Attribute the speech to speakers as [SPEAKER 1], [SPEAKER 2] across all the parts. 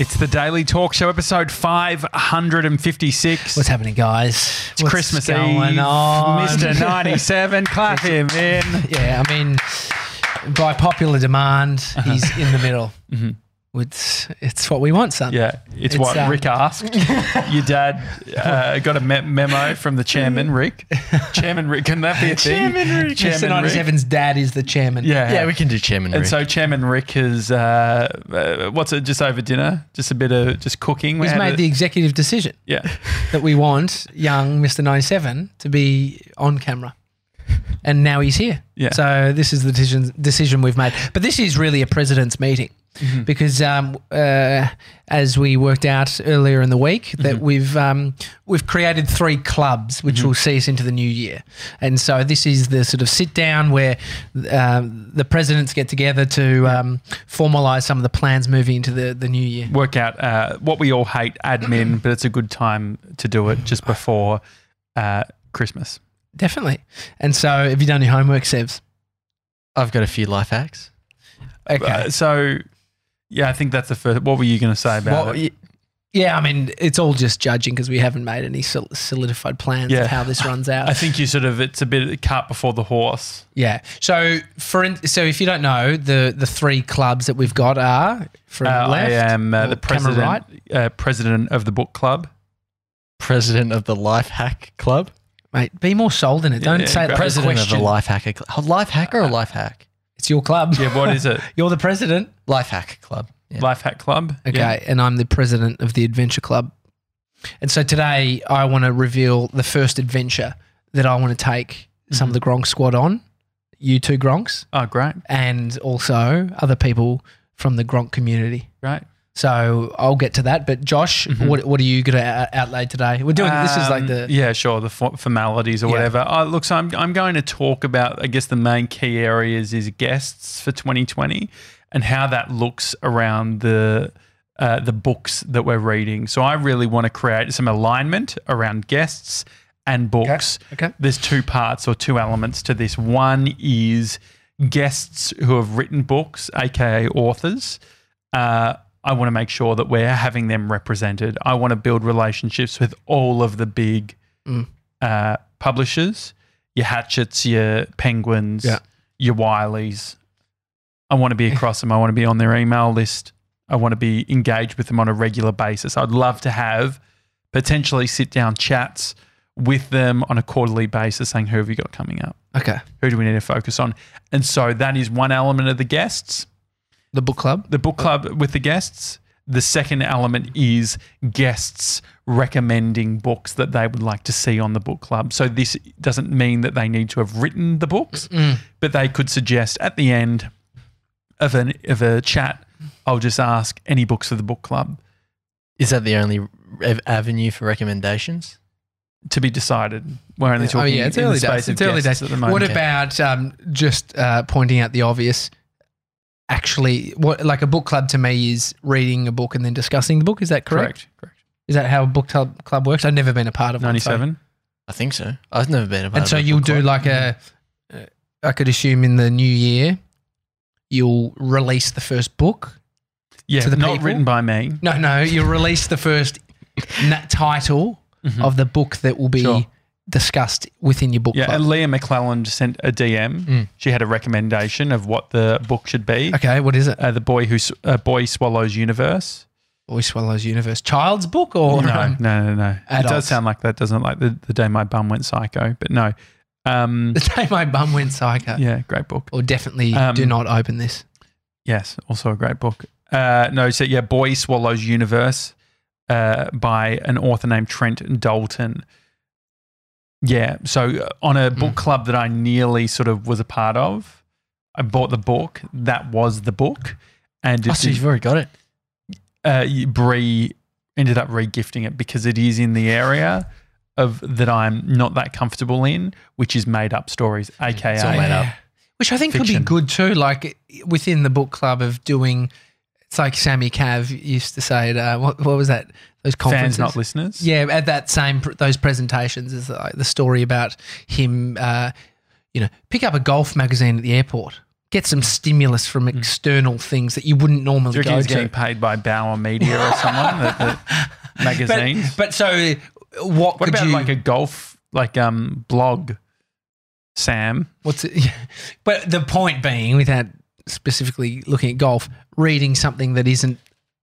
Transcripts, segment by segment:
[SPEAKER 1] It's the Daily Talk Show, episode 556.
[SPEAKER 2] What's happening, guys?
[SPEAKER 1] it's
[SPEAKER 2] What's
[SPEAKER 1] Christmas
[SPEAKER 2] going
[SPEAKER 1] Eve.
[SPEAKER 2] on?
[SPEAKER 1] Mr. 97, clap him in.
[SPEAKER 2] yeah, I mean, by popular demand,
[SPEAKER 1] Uh-huh.
[SPEAKER 2] he's in the middle. It's, it's what we want, son.
[SPEAKER 1] Mm-hmm. Yeah, it's, uh,
[SPEAKER 2] It's,
[SPEAKER 1] what
[SPEAKER 2] um,
[SPEAKER 1] Rick asked. Your dad uh, got a me- memo from the chairman, Rick. Chairman Rick, can that be a thing?
[SPEAKER 2] Chairman Rick. Chairman
[SPEAKER 1] Chairman Rick.
[SPEAKER 2] Evans' dad is the chairman.
[SPEAKER 1] Yeah.
[SPEAKER 3] Yeah, we can do Chairman
[SPEAKER 1] and
[SPEAKER 3] Rick.
[SPEAKER 1] so Chairman Rick has uh, uh, what's it? Just over dinner, just a bit of just cooking. We
[SPEAKER 2] He's
[SPEAKER 1] had
[SPEAKER 2] made
[SPEAKER 1] a-
[SPEAKER 2] the executive decision
[SPEAKER 1] yeah.
[SPEAKER 2] that we want young Mr. 97 to be on camera. And now he's here.
[SPEAKER 1] Yeah.
[SPEAKER 2] So this is the decision, decision we've made. But this is really a president's meeting because, um, uh, as we worked out earlier in the week, that we've um, we've created three clubs which will see us into the new year. And so this is the sort of sit down where um, the presidents get together to um, formalise some of the plans moving into the, the new year.
[SPEAKER 1] work out uh, what we all hate admin, but it's a good time to do it just before uh, Christmas.
[SPEAKER 2] Definitely. And so have you done your homework, Sebs?
[SPEAKER 3] I've got a few life hacks.
[SPEAKER 2] Okay.
[SPEAKER 1] Uh, so, yeah, I think that's the first. What were you going to say about
[SPEAKER 3] Well,
[SPEAKER 1] it?
[SPEAKER 3] y-
[SPEAKER 2] Yeah, I mean, it's all just judging because we haven't made any sol- solidified plans
[SPEAKER 1] Yeah.
[SPEAKER 2] of how this runs
[SPEAKER 1] I
[SPEAKER 2] out.
[SPEAKER 1] think you sort of it's a bit of cart before the horse.
[SPEAKER 2] yeah. So for in- so if you don't know, the the three clubs that we've got are from
[SPEAKER 1] Uh, I
[SPEAKER 2] left.
[SPEAKER 1] am uh, the
[SPEAKER 2] or camera
[SPEAKER 1] president,
[SPEAKER 2] Right.
[SPEAKER 1] uh, president of the book club.
[SPEAKER 3] President of the Life Hack Club.
[SPEAKER 2] Mate, be more sold in it. Don't
[SPEAKER 1] Yeah,
[SPEAKER 2] say it like a
[SPEAKER 3] President
[SPEAKER 2] question.
[SPEAKER 3] of the Life Hacker Club. Life Hacker or Life Hack?
[SPEAKER 2] It's your club.
[SPEAKER 1] Yeah, what is it?
[SPEAKER 2] You're the president.
[SPEAKER 3] Life Hack Club. Yeah.
[SPEAKER 1] Life Hack Club.
[SPEAKER 2] Okay,
[SPEAKER 1] Yeah.
[SPEAKER 2] and I'm the president of the Adventure Club. And so today I want to reveal the first adventure that I want to take some of the Gronk squad on, you two Gronks,
[SPEAKER 1] Oh, great,
[SPEAKER 2] and also other people from the Gronk community.
[SPEAKER 1] great.
[SPEAKER 2] So I'll get to that. But Josh, what, what are you going to outlay today? We're doing this is like
[SPEAKER 1] Um,
[SPEAKER 2] the
[SPEAKER 1] yeah, sure, the for- formalities or
[SPEAKER 2] Yeah.
[SPEAKER 1] whatever. Oh, look, so I'm I'm going to talk about I guess the main key areas is guests for 2020 and how that looks around the. Uh, the books that we're reading. So I really want to create some alignment around guests and books.
[SPEAKER 2] Okay.
[SPEAKER 1] There's two parts or two elements to this. One is guests who have written books, aka authors, uh, I want to make sure that we're having them represented. I want to build relationships with all of the big uh, publishers, your Hatchets, your Penguins,
[SPEAKER 2] Yeah.
[SPEAKER 1] your Wileys. I want to be across them. I want to be on their email list. I want to be engaged with them on a regular basis. I'd love to have potentially sit down chats with them on a quarterly basis saying, who have you got coming up?
[SPEAKER 2] okay
[SPEAKER 1] Who do we need to focus on? And so that is one element of the guests
[SPEAKER 2] the book club.
[SPEAKER 1] the book club with the guests. The second element is guests recommending books that they would like to see on the book club. So this doesn't mean that they need to have written the books, but they could suggest at the end of an of a chat, I'll just ask any books for the book club
[SPEAKER 3] Is that the only rev- avenue for recommendations?
[SPEAKER 1] to be decided. We're only talking
[SPEAKER 2] oh yeah, it's
[SPEAKER 1] in
[SPEAKER 2] early
[SPEAKER 1] the space
[SPEAKER 2] days.
[SPEAKER 1] of
[SPEAKER 2] It's early
[SPEAKER 1] guests at
[SPEAKER 2] days.
[SPEAKER 1] the moment.
[SPEAKER 2] What about um, just uh, pointing out the obvious? Actually, what like a book club to me is reading a book and then discussing the book. Is that correct?
[SPEAKER 1] correct? Correct.
[SPEAKER 2] Is that how a book club club works? I've never been a part of one, so-
[SPEAKER 1] Ninety-seven.
[SPEAKER 3] I think so. I've never been a part
[SPEAKER 2] And
[SPEAKER 3] of
[SPEAKER 2] so
[SPEAKER 3] a
[SPEAKER 2] you'll
[SPEAKER 3] book
[SPEAKER 2] do
[SPEAKER 3] club.
[SPEAKER 2] like a, uh, I could assume in the new year, you'll release the first book.
[SPEAKER 1] Yeah,
[SPEAKER 2] To the
[SPEAKER 1] not
[SPEAKER 2] people?
[SPEAKER 1] written by me.
[SPEAKER 2] No, no, you'll release the first na- title of the book that will be
[SPEAKER 1] Mm-hmm. Sure.
[SPEAKER 2] discussed within your book
[SPEAKER 1] Yeah,
[SPEAKER 2] club.
[SPEAKER 1] and Leah McClelland sent a DM. She had a recommendation of what the book should be.
[SPEAKER 2] Mm. Okay, what is it?
[SPEAKER 1] Uh, the boy who s- uh, boy swallows universe.
[SPEAKER 2] Boy Swallows Universe. Child's book or?
[SPEAKER 1] no, no, no, no. It does
[SPEAKER 2] adults.
[SPEAKER 1] sound like that, doesn't it? like the, the day my bum went psycho. But no, um,
[SPEAKER 2] the Day My Bum Went Psycho.
[SPEAKER 1] yeah, great book.
[SPEAKER 2] Or definitely
[SPEAKER 1] Um,
[SPEAKER 2] do not open this.
[SPEAKER 1] Yes, also a great book. Uh, no, so yeah, boy swallows universe uh, by an author named Trent Dalton. Yeah, so uh, on
[SPEAKER 3] Hmm.
[SPEAKER 1] a book club that I nearly sort of was a part of, I bought the book. That was the book, and
[SPEAKER 3] Oh,
[SPEAKER 1] it's
[SPEAKER 3] so you've already got it.
[SPEAKER 1] uh, Bree ended up regifting it because it is in the area of that I'm not that comfortable in, which is made up stories, aka
[SPEAKER 3] all made up.
[SPEAKER 2] Which I think could
[SPEAKER 1] Fiction.
[SPEAKER 2] be good too, like within the book club of doing, it's like Sammy Cav used to say, at, uh, what, what was that? Those
[SPEAKER 1] fans,
[SPEAKER 2] conferences.
[SPEAKER 1] not listeners.
[SPEAKER 2] Yeah, at that same pr- those presentations is like the story about him. Uh, you know, pick up a golf magazine at the airport. get some stimulus from external things that you wouldn't normally
[SPEAKER 1] Mm. Do you reckon
[SPEAKER 2] go
[SPEAKER 1] he's
[SPEAKER 2] to.
[SPEAKER 1] getting paid by Bauer Media or someone? the, the magazines?
[SPEAKER 2] But, but so
[SPEAKER 1] what
[SPEAKER 2] what, could
[SPEAKER 1] about
[SPEAKER 2] you?
[SPEAKER 1] like a golf like um blog, Sam?
[SPEAKER 2] what's it? but the point being, without specifically looking at golf, reading something that isn't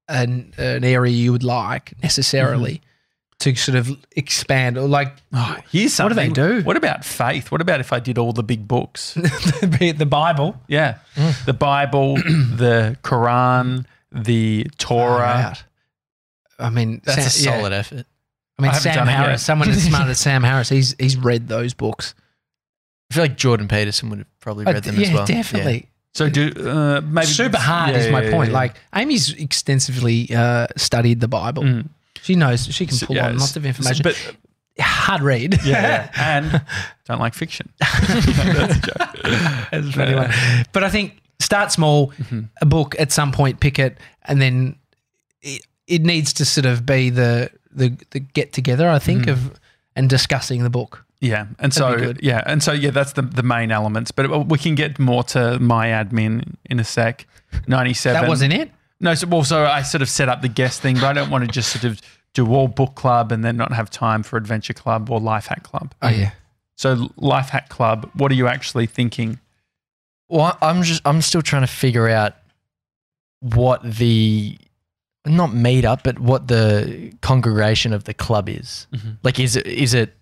[SPEAKER 2] an an area you would like necessarily to sort of expand or like
[SPEAKER 1] Mm-hmm. Oh, here's
[SPEAKER 2] What
[SPEAKER 1] something.
[SPEAKER 2] do they do?
[SPEAKER 1] What about faith? What about if I did all the big books?
[SPEAKER 2] be it the Bible.
[SPEAKER 1] Yeah.
[SPEAKER 2] Mm.
[SPEAKER 1] The Bible, the Quran, the Torah.
[SPEAKER 2] Right. I mean,
[SPEAKER 3] That's a
[SPEAKER 2] Sam- yeah.
[SPEAKER 3] solid effort.
[SPEAKER 2] I mean,
[SPEAKER 1] I haven't
[SPEAKER 2] Sam
[SPEAKER 1] done it
[SPEAKER 2] Harris,
[SPEAKER 1] yet.
[SPEAKER 2] someone as smart as Sam Harris, he's he's read those books.
[SPEAKER 3] I feel like Jordan Peterson would have probably
[SPEAKER 2] Uh,
[SPEAKER 3] read them
[SPEAKER 2] yeah,
[SPEAKER 3] as well.
[SPEAKER 2] definitely.
[SPEAKER 1] So do uh, maybe
[SPEAKER 2] Super hard
[SPEAKER 1] Yeah,
[SPEAKER 2] is my
[SPEAKER 1] yeah,
[SPEAKER 2] point.
[SPEAKER 1] yeah.
[SPEAKER 2] Like Amy's extensively uh, studied the Bible.
[SPEAKER 1] Mm.
[SPEAKER 2] She knows she can
[SPEAKER 1] So,
[SPEAKER 2] pull
[SPEAKER 1] yeah,
[SPEAKER 2] on lots of
[SPEAKER 1] it's-
[SPEAKER 2] information.
[SPEAKER 1] But
[SPEAKER 2] hard read.
[SPEAKER 1] yeah, yeah. and don't like fiction. That's a joke.
[SPEAKER 2] For anyone. But I think start small,
[SPEAKER 1] Mm-hmm.
[SPEAKER 2] a book at some point, pick it, and then it, it needs to sort of be the the, the get together. I think
[SPEAKER 1] Mm.
[SPEAKER 2] of and discussing the book.
[SPEAKER 1] Yeah, and
[SPEAKER 2] be
[SPEAKER 1] so
[SPEAKER 2] good.
[SPEAKER 1] yeah, and so yeah, that's the the main elements. But uh, we can get more to my admin in a sec. Ninety seven.
[SPEAKER 2] That wasn't it.
[SPEAKER 1] No, so well, so I sort of set up the guest thing, but I don't want to just sort of do all book club and then not have time for adventure club or life hack club.
[SPEAKER 2] Oh, yeah.
[SPEAKER 1] So life hack club, what are you actually thinking?
[SPEAKER 3] Well, I'm just I'm still trying to figure out what the not meet up, but what the congregation of the club is.
[SPEAKER 1] Mhm.
[SPEAKER 3] Like, is it is it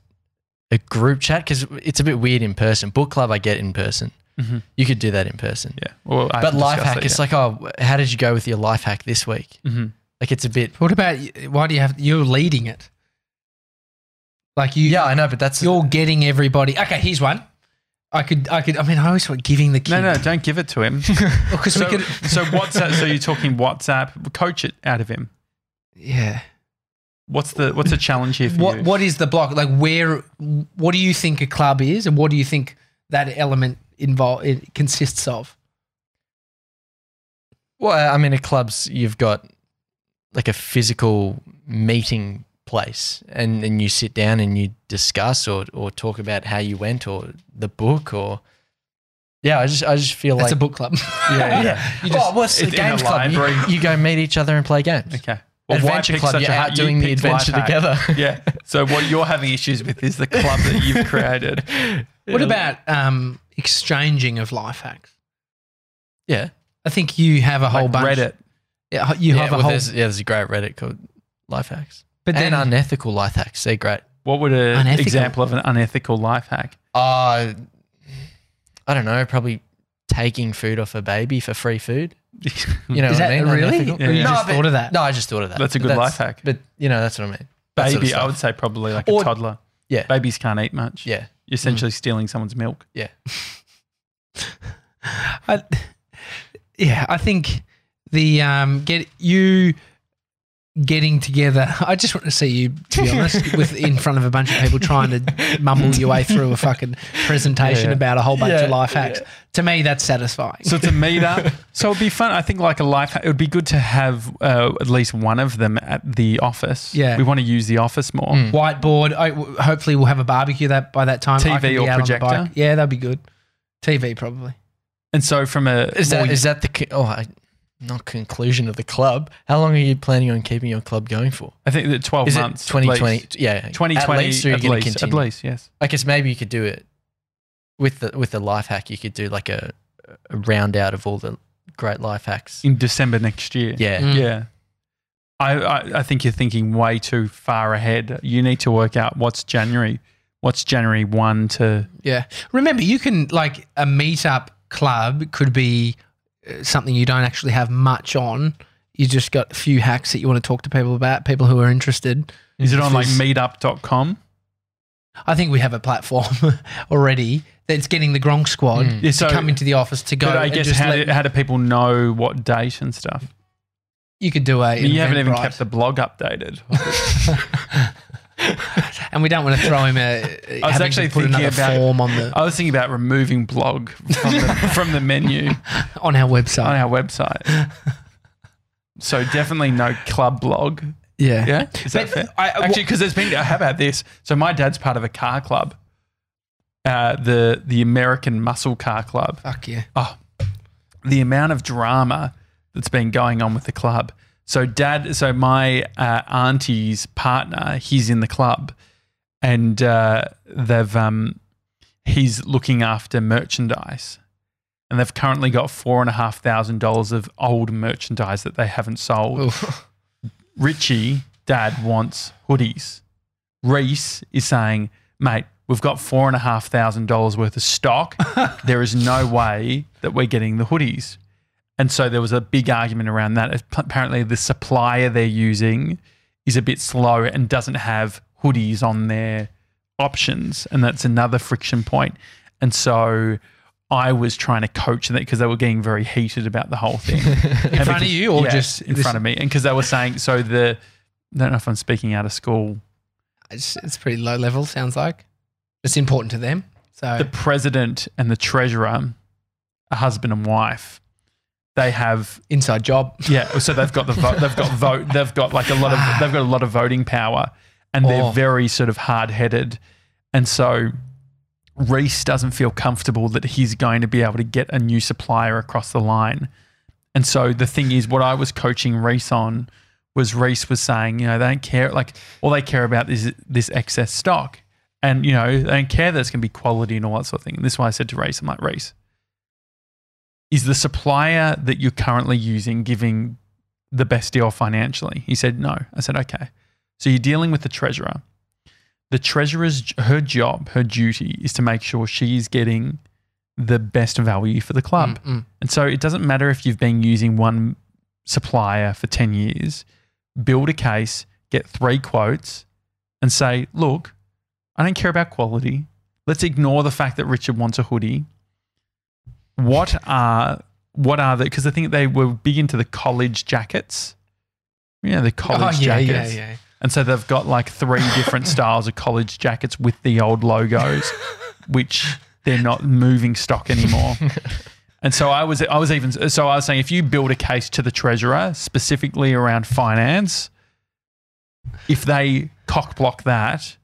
[SPEAKER 3] a group chat? Because it's a bit weird in person. Book club, I get in person.
[SPEAKER 1] Mhm.
[SPEAKER 3] You could do that in person.
[SPEAKER 1] Yeah, well, I
[SPEAKER 3] But
[SPEAKER 1] can
[SPEAKER 3] life
[SPEAKER 1] discuss
[SPEAKER 3] hack,
[SPEAKER 1] that,
[SPEAKER 3] it's like, oh, how did you go with your life hack this week?
[SPEAKER 1] yeah. Mhm.
[SPEAKER 3] Like, it's a bit.
[SPEAKER 2] What about y- why do you have you're leading it? Like you,
[SPEAKER 3] Yeah, I know, but that's
[SPEAKER 2] you're getting everybody. Okay, here's one. I could, I could. I mean, I always thought giving the kid.
[SPEAKER 1] No, no, don't give it to him.
[SPEAKER 2] because
[SPEAKER 1] so,
[SPEAKER 2] we could.
[SPEAKER 1] so WhatsApp. So you're talking WhatsApp. Coach it out of him.
[SPEAKER 2] Yeah.
[SPEAKER 1] What's the what's the challenge here for
[SPEAKER 2] What
[SPEAKER 1] you?
[SPEAKER 2] What is the block? Like, where? What do you think a club is, and what do you think that element involve it consists of?
[SPEAKER 3] Well, I mean, at clubs, you've got like a physical meeting place, and, and you sit down and you discuss or, or talk about how you went or the book or yeah, I just I just feel
[SPEAKER 2] That's
[SPEAKER 3] like
[SPEAKER 2] a book club.
[SPEAKER 1] Yeah, yeah.
[SPEAKER 3] You just, oh, what's the
[SPEAKER 1] It's in a
[SPEAKER 3] games club? You,
[SPEAKER 1] library.
[SPEAKER 3] you go meet each other and play games.
[SPEAKER 1] Okay. why
[SPEAKER 3] adventure
[SPEAKER 1] pick
[SPEAKER 3] club,
[SPEAKER 1] such
[SPEAKER 3] you're
[SPEAKER 1] a hard-
[SPEAKER 3] out doing
[SPEAKER 1] you
[SPEAKER 3] the
[SPEAKER 1] picked life
[SPEAKER 3] adventure
[SPEAKER 1] hack.
[SPEAKER 3] together.
[SPEAKER 1] Yeah. So what you're having issues with is the club that you've created.
[SPEAKER 2] What about um, exchanging of life hacks?
[SPEAKER 3] yeah?
[SPEAKER 2] I think you have a whole
[SPEAKER 1] Like
[SPEAKER 2] bunch.
[SPEAKER 1] Reddit.
[SPEAKER 2] Yeah, you
[SPEAKER 3] Yeah,
[SPEAKER 2] have a
[SPEAKER 3] well,
[SPEAKER 2] whole.
[SPEAKER 3] there's, yeah, there's a great Reddit called Life Hacks
[SPEAKER 2] But then,
[SPEAKER 3] and unethical life hacks. They're great.
[SPEAKER 1] What would an
[SPEAKER 2] Unethical.
[SPEAKER 1] example of an unethical life hack?
[SPEAKER 3] Uh, I don't know, probably taking food off a baby for free food. You know
[SPEAKER 2] is
[SPEAKER 3] what
[SPEAKER 2] that
[SPEAKER 3] I mean?
[SPEAKER 2] really?
[SPEAKER 3] Unethical.
[SPEAKER 2] Or you
[SPEAKER 1] Yeah.
[SPEAKER 2] just
[SPEAKER 3] but-
[SPEAKER 2] thought of that?
[SPEAKER 3] No, I just thought of that.
[SPEAKER 1] That's a good life hack.
[SPEAKER 3] But you know, that's what I mean. That sort of
[SPEAKER 1] Baby,
[SPEAKER 3] stuff.
[SPEAKER 1] I would say probably like
[SPEAKER 3] Or-
[SPEAKER 1] a toddler.
[SPEAKER 3] yeah.
[SPEAKER 1] Babies can't eat much.
[SPEAKER 3] Yeah. Mm.
[SPEAKER 1] You're essentially stealing someone's milk.
[SPEAKER 2] I, yeah, I think the um, get you getting together. I just want to see you, to be honest, with in front of a bunch of people trying to mumble your way through a fucking presentation
[SPEAKER 1] Yeah, yeah.
[SPEAKER 2] about a whole bunch
[SPEAKER 3] Yeah,
[SPEAKER 2] of life hacks. To me, that's satisfying.
[SPEAKER 1] So it's a meetup. so it'd be fun. I think like a life. It would be good to have uh, at least one of them at the office.
[SPEAKER 2] Yeah.
[SPEAKER 1] We want to use the office more.
[SPEAKER 3] Mm.
[SPEAKER 2] Whiteboard. I, w- hopefully, we'll have a barbecue that by that time. I
[SPEAKER 1] TV
[SPEAKER 2] can be
[SPEAKER 1] or
[SPEAKER 2] out on the
[SPEAKER 1] projector?
[SPEAKER 2] bike. Yeah, that'd be good. TV probably.
[SPEAKER 1] And so from a
[SPEAKER 3] Is that
[SPEAKER 1] well,
[SPEAKER 3] is that the co- oh I, not conclusion of the club? How long are you planning on keeping your club going for?
[SPEAKER 1] I think that 12
[SPEAKER 3] Is it
[SPEAKER 1] Oh, months. at
[SPEAKER 3] 2020?
[SPEAKER 1] least.
[SPEAKER 3] Yeah, at
[SPEAKER 1] 2020
[SPEAKER 3] least, or are you
[SPEAKER 1] at
[SPEAKER 3] gonna
[SPEAKER 1] least, at
[SPEAKER 3] continue?
[SPEAKER 1] least, yes.
[SPEAKER 3] I guess maybe you could do it with the with the life hack. You could do like a, a round out of all the great life hacks.
[SPEAKER 1] In December next year.
[SPEAKER 3] Yeah.
[SPEAKER 2] Mm.
[SPEAKER 1] Yeah. I, I, I think you're thinking way too far ahead. You need to work out what's January. What's January 1 to.
[SPEAKER 2] Yeah. Remember, you can like a meetup club could be uh, something you don't actually have much on. You just got a few hacks that you want to talk to people about, people who are interested.
[SPEAKER 1] Is it on like
[SPEAKER 2] Because-
[SPEAKER 1] meetup.com?
[SPEAKER 2] I think we have a platform already that's getting the Gronk squad
[SPEAKER 3] Mm.
[SPEAKER 1] Yeah,
[SPEAKER 2] to
[SPEAKER 1] Hmm. so-
[SPEAKER 2] come into the office to go.
[SPEAKER 1] But I
[SPEAKER 2] and
[SPEAKER 1] guess
[SPEAKER 2] just
[SPEAKER 1] how
[SPEAKER 2] let-
[SPEAKER 1] do, how do people know what date and stuff?
[SPEAKER 2] you could do a.
[SPEAKER 1] I mean, you haven't even
[SPEAKER 2] Eventbrite.
[SPEAKER 1] kept the blog updated.
[SPEAKER 2] and we don't want to throw him a.
[SPEAKER 1] I was
[SPEAKER 2] having
[SPEAKER 1] actually
[SPEAKER 2] to put
[SPEAKER 1] thinking
[SPEAKER 2] another
[SPEAKER 1] about-
[SPEAKER 2] form on the
[SPEAKER 1] I was thinking about removing blog from the, from the menu
[SPEAKER 2] on our website.
[SPEAKER 1] on our website. So definitely no club blog.
[SPEAKER 2] yeah.
[SPEAKER 1] Yeah, is that
[SPEAKER 2] But
[SPEAKER 1] fair?
[SPEAKER 2] I- uh, I-
[SPEAKER 1] Actually, because there's been. How about this? So my dad's part of a car club, uh, the the American Muscle Car Club.
[SPEAKER 2] Fuck yeah.
[SPEAKER 1] Oh, the amount of drama that's been going on with the club. So dad, so my uh, auntie's partner, he's in the club, and uh, they've um, he's looking after merchandise, and they've currently got four and a half thousand dollars of old merchandise that they haven't sold. Richie, dad wants hoodies. Reese is saying, mate, we've got four and a half thousand dollars worth of stock. there is no way that we're getting the hoodies. And so there was a big argument around that. Apparently, the supplier they're using is a bit slow and doesn't have hoodies on their options. And that's another friction point. And so I was trying to coach that because they were getting very heated about the whole thing.
[SPEAKER 2] in front of you or
[SPEAKER 1] Yeah,
[SPEAKER 2] just
[SPEAKER 1] in front of me. And because they were saying, so the, I don't know if I'm speaking out of school.
[SPEAKER 2] It's, it's pretty low level. Sounds like it's important to them. So
[SPEAKER 1] the president and the treasurer are husband and wife. They have
[SPEAKER 2] inside job.
[SPEAKER 1] yeah, so they've got the vote. They've got vote. They've got like a lot of they've got a lot of voting power, and
[SPEAKER 2] Oh.
[SPEAKER 1] they're very sort of hard headed, and so Reese doesn't feel comfortable that he's going to be able to get a new supplier across the line, and so the thing is, what I was coaching Reese on was Reese was saying, you know, they don't care like all they care about is this excess stock, and you know they don't care that it's going to be quality and all that sort of thing. And this is why I said to Reese, I'm like Reese. Is the supplier that you're currently using giving the best deal financially? He said, No. I said, Okay. So you're dealing with the treasurer. The treasurer's her job, her duty is to make sure she's getting the best value for the club.
[SPEAKER 2] Mm-mm.
[SPEAKER 1] And so it doesn't matter if you've been using one supplier for 10 years, build a case, get three quotes, and say, look, I don't care about quality. Let's ignore the fact that Richard wants a hoodie. What are what are the because I think they were big into the college jackets. Yeah, the college
[SPEAKER 2] oh, yeah,
[SPEAKER 1] jackets.
[SPEAKER 2] yeah, yeah.
[SPEAKER 1] And so they've got like three different styles of college jackets with the old logos, which they're not moving stock anymore. And so I was, I was even, so I was saying, if you build a case to the treasurer specifically around finance, if they cock block that,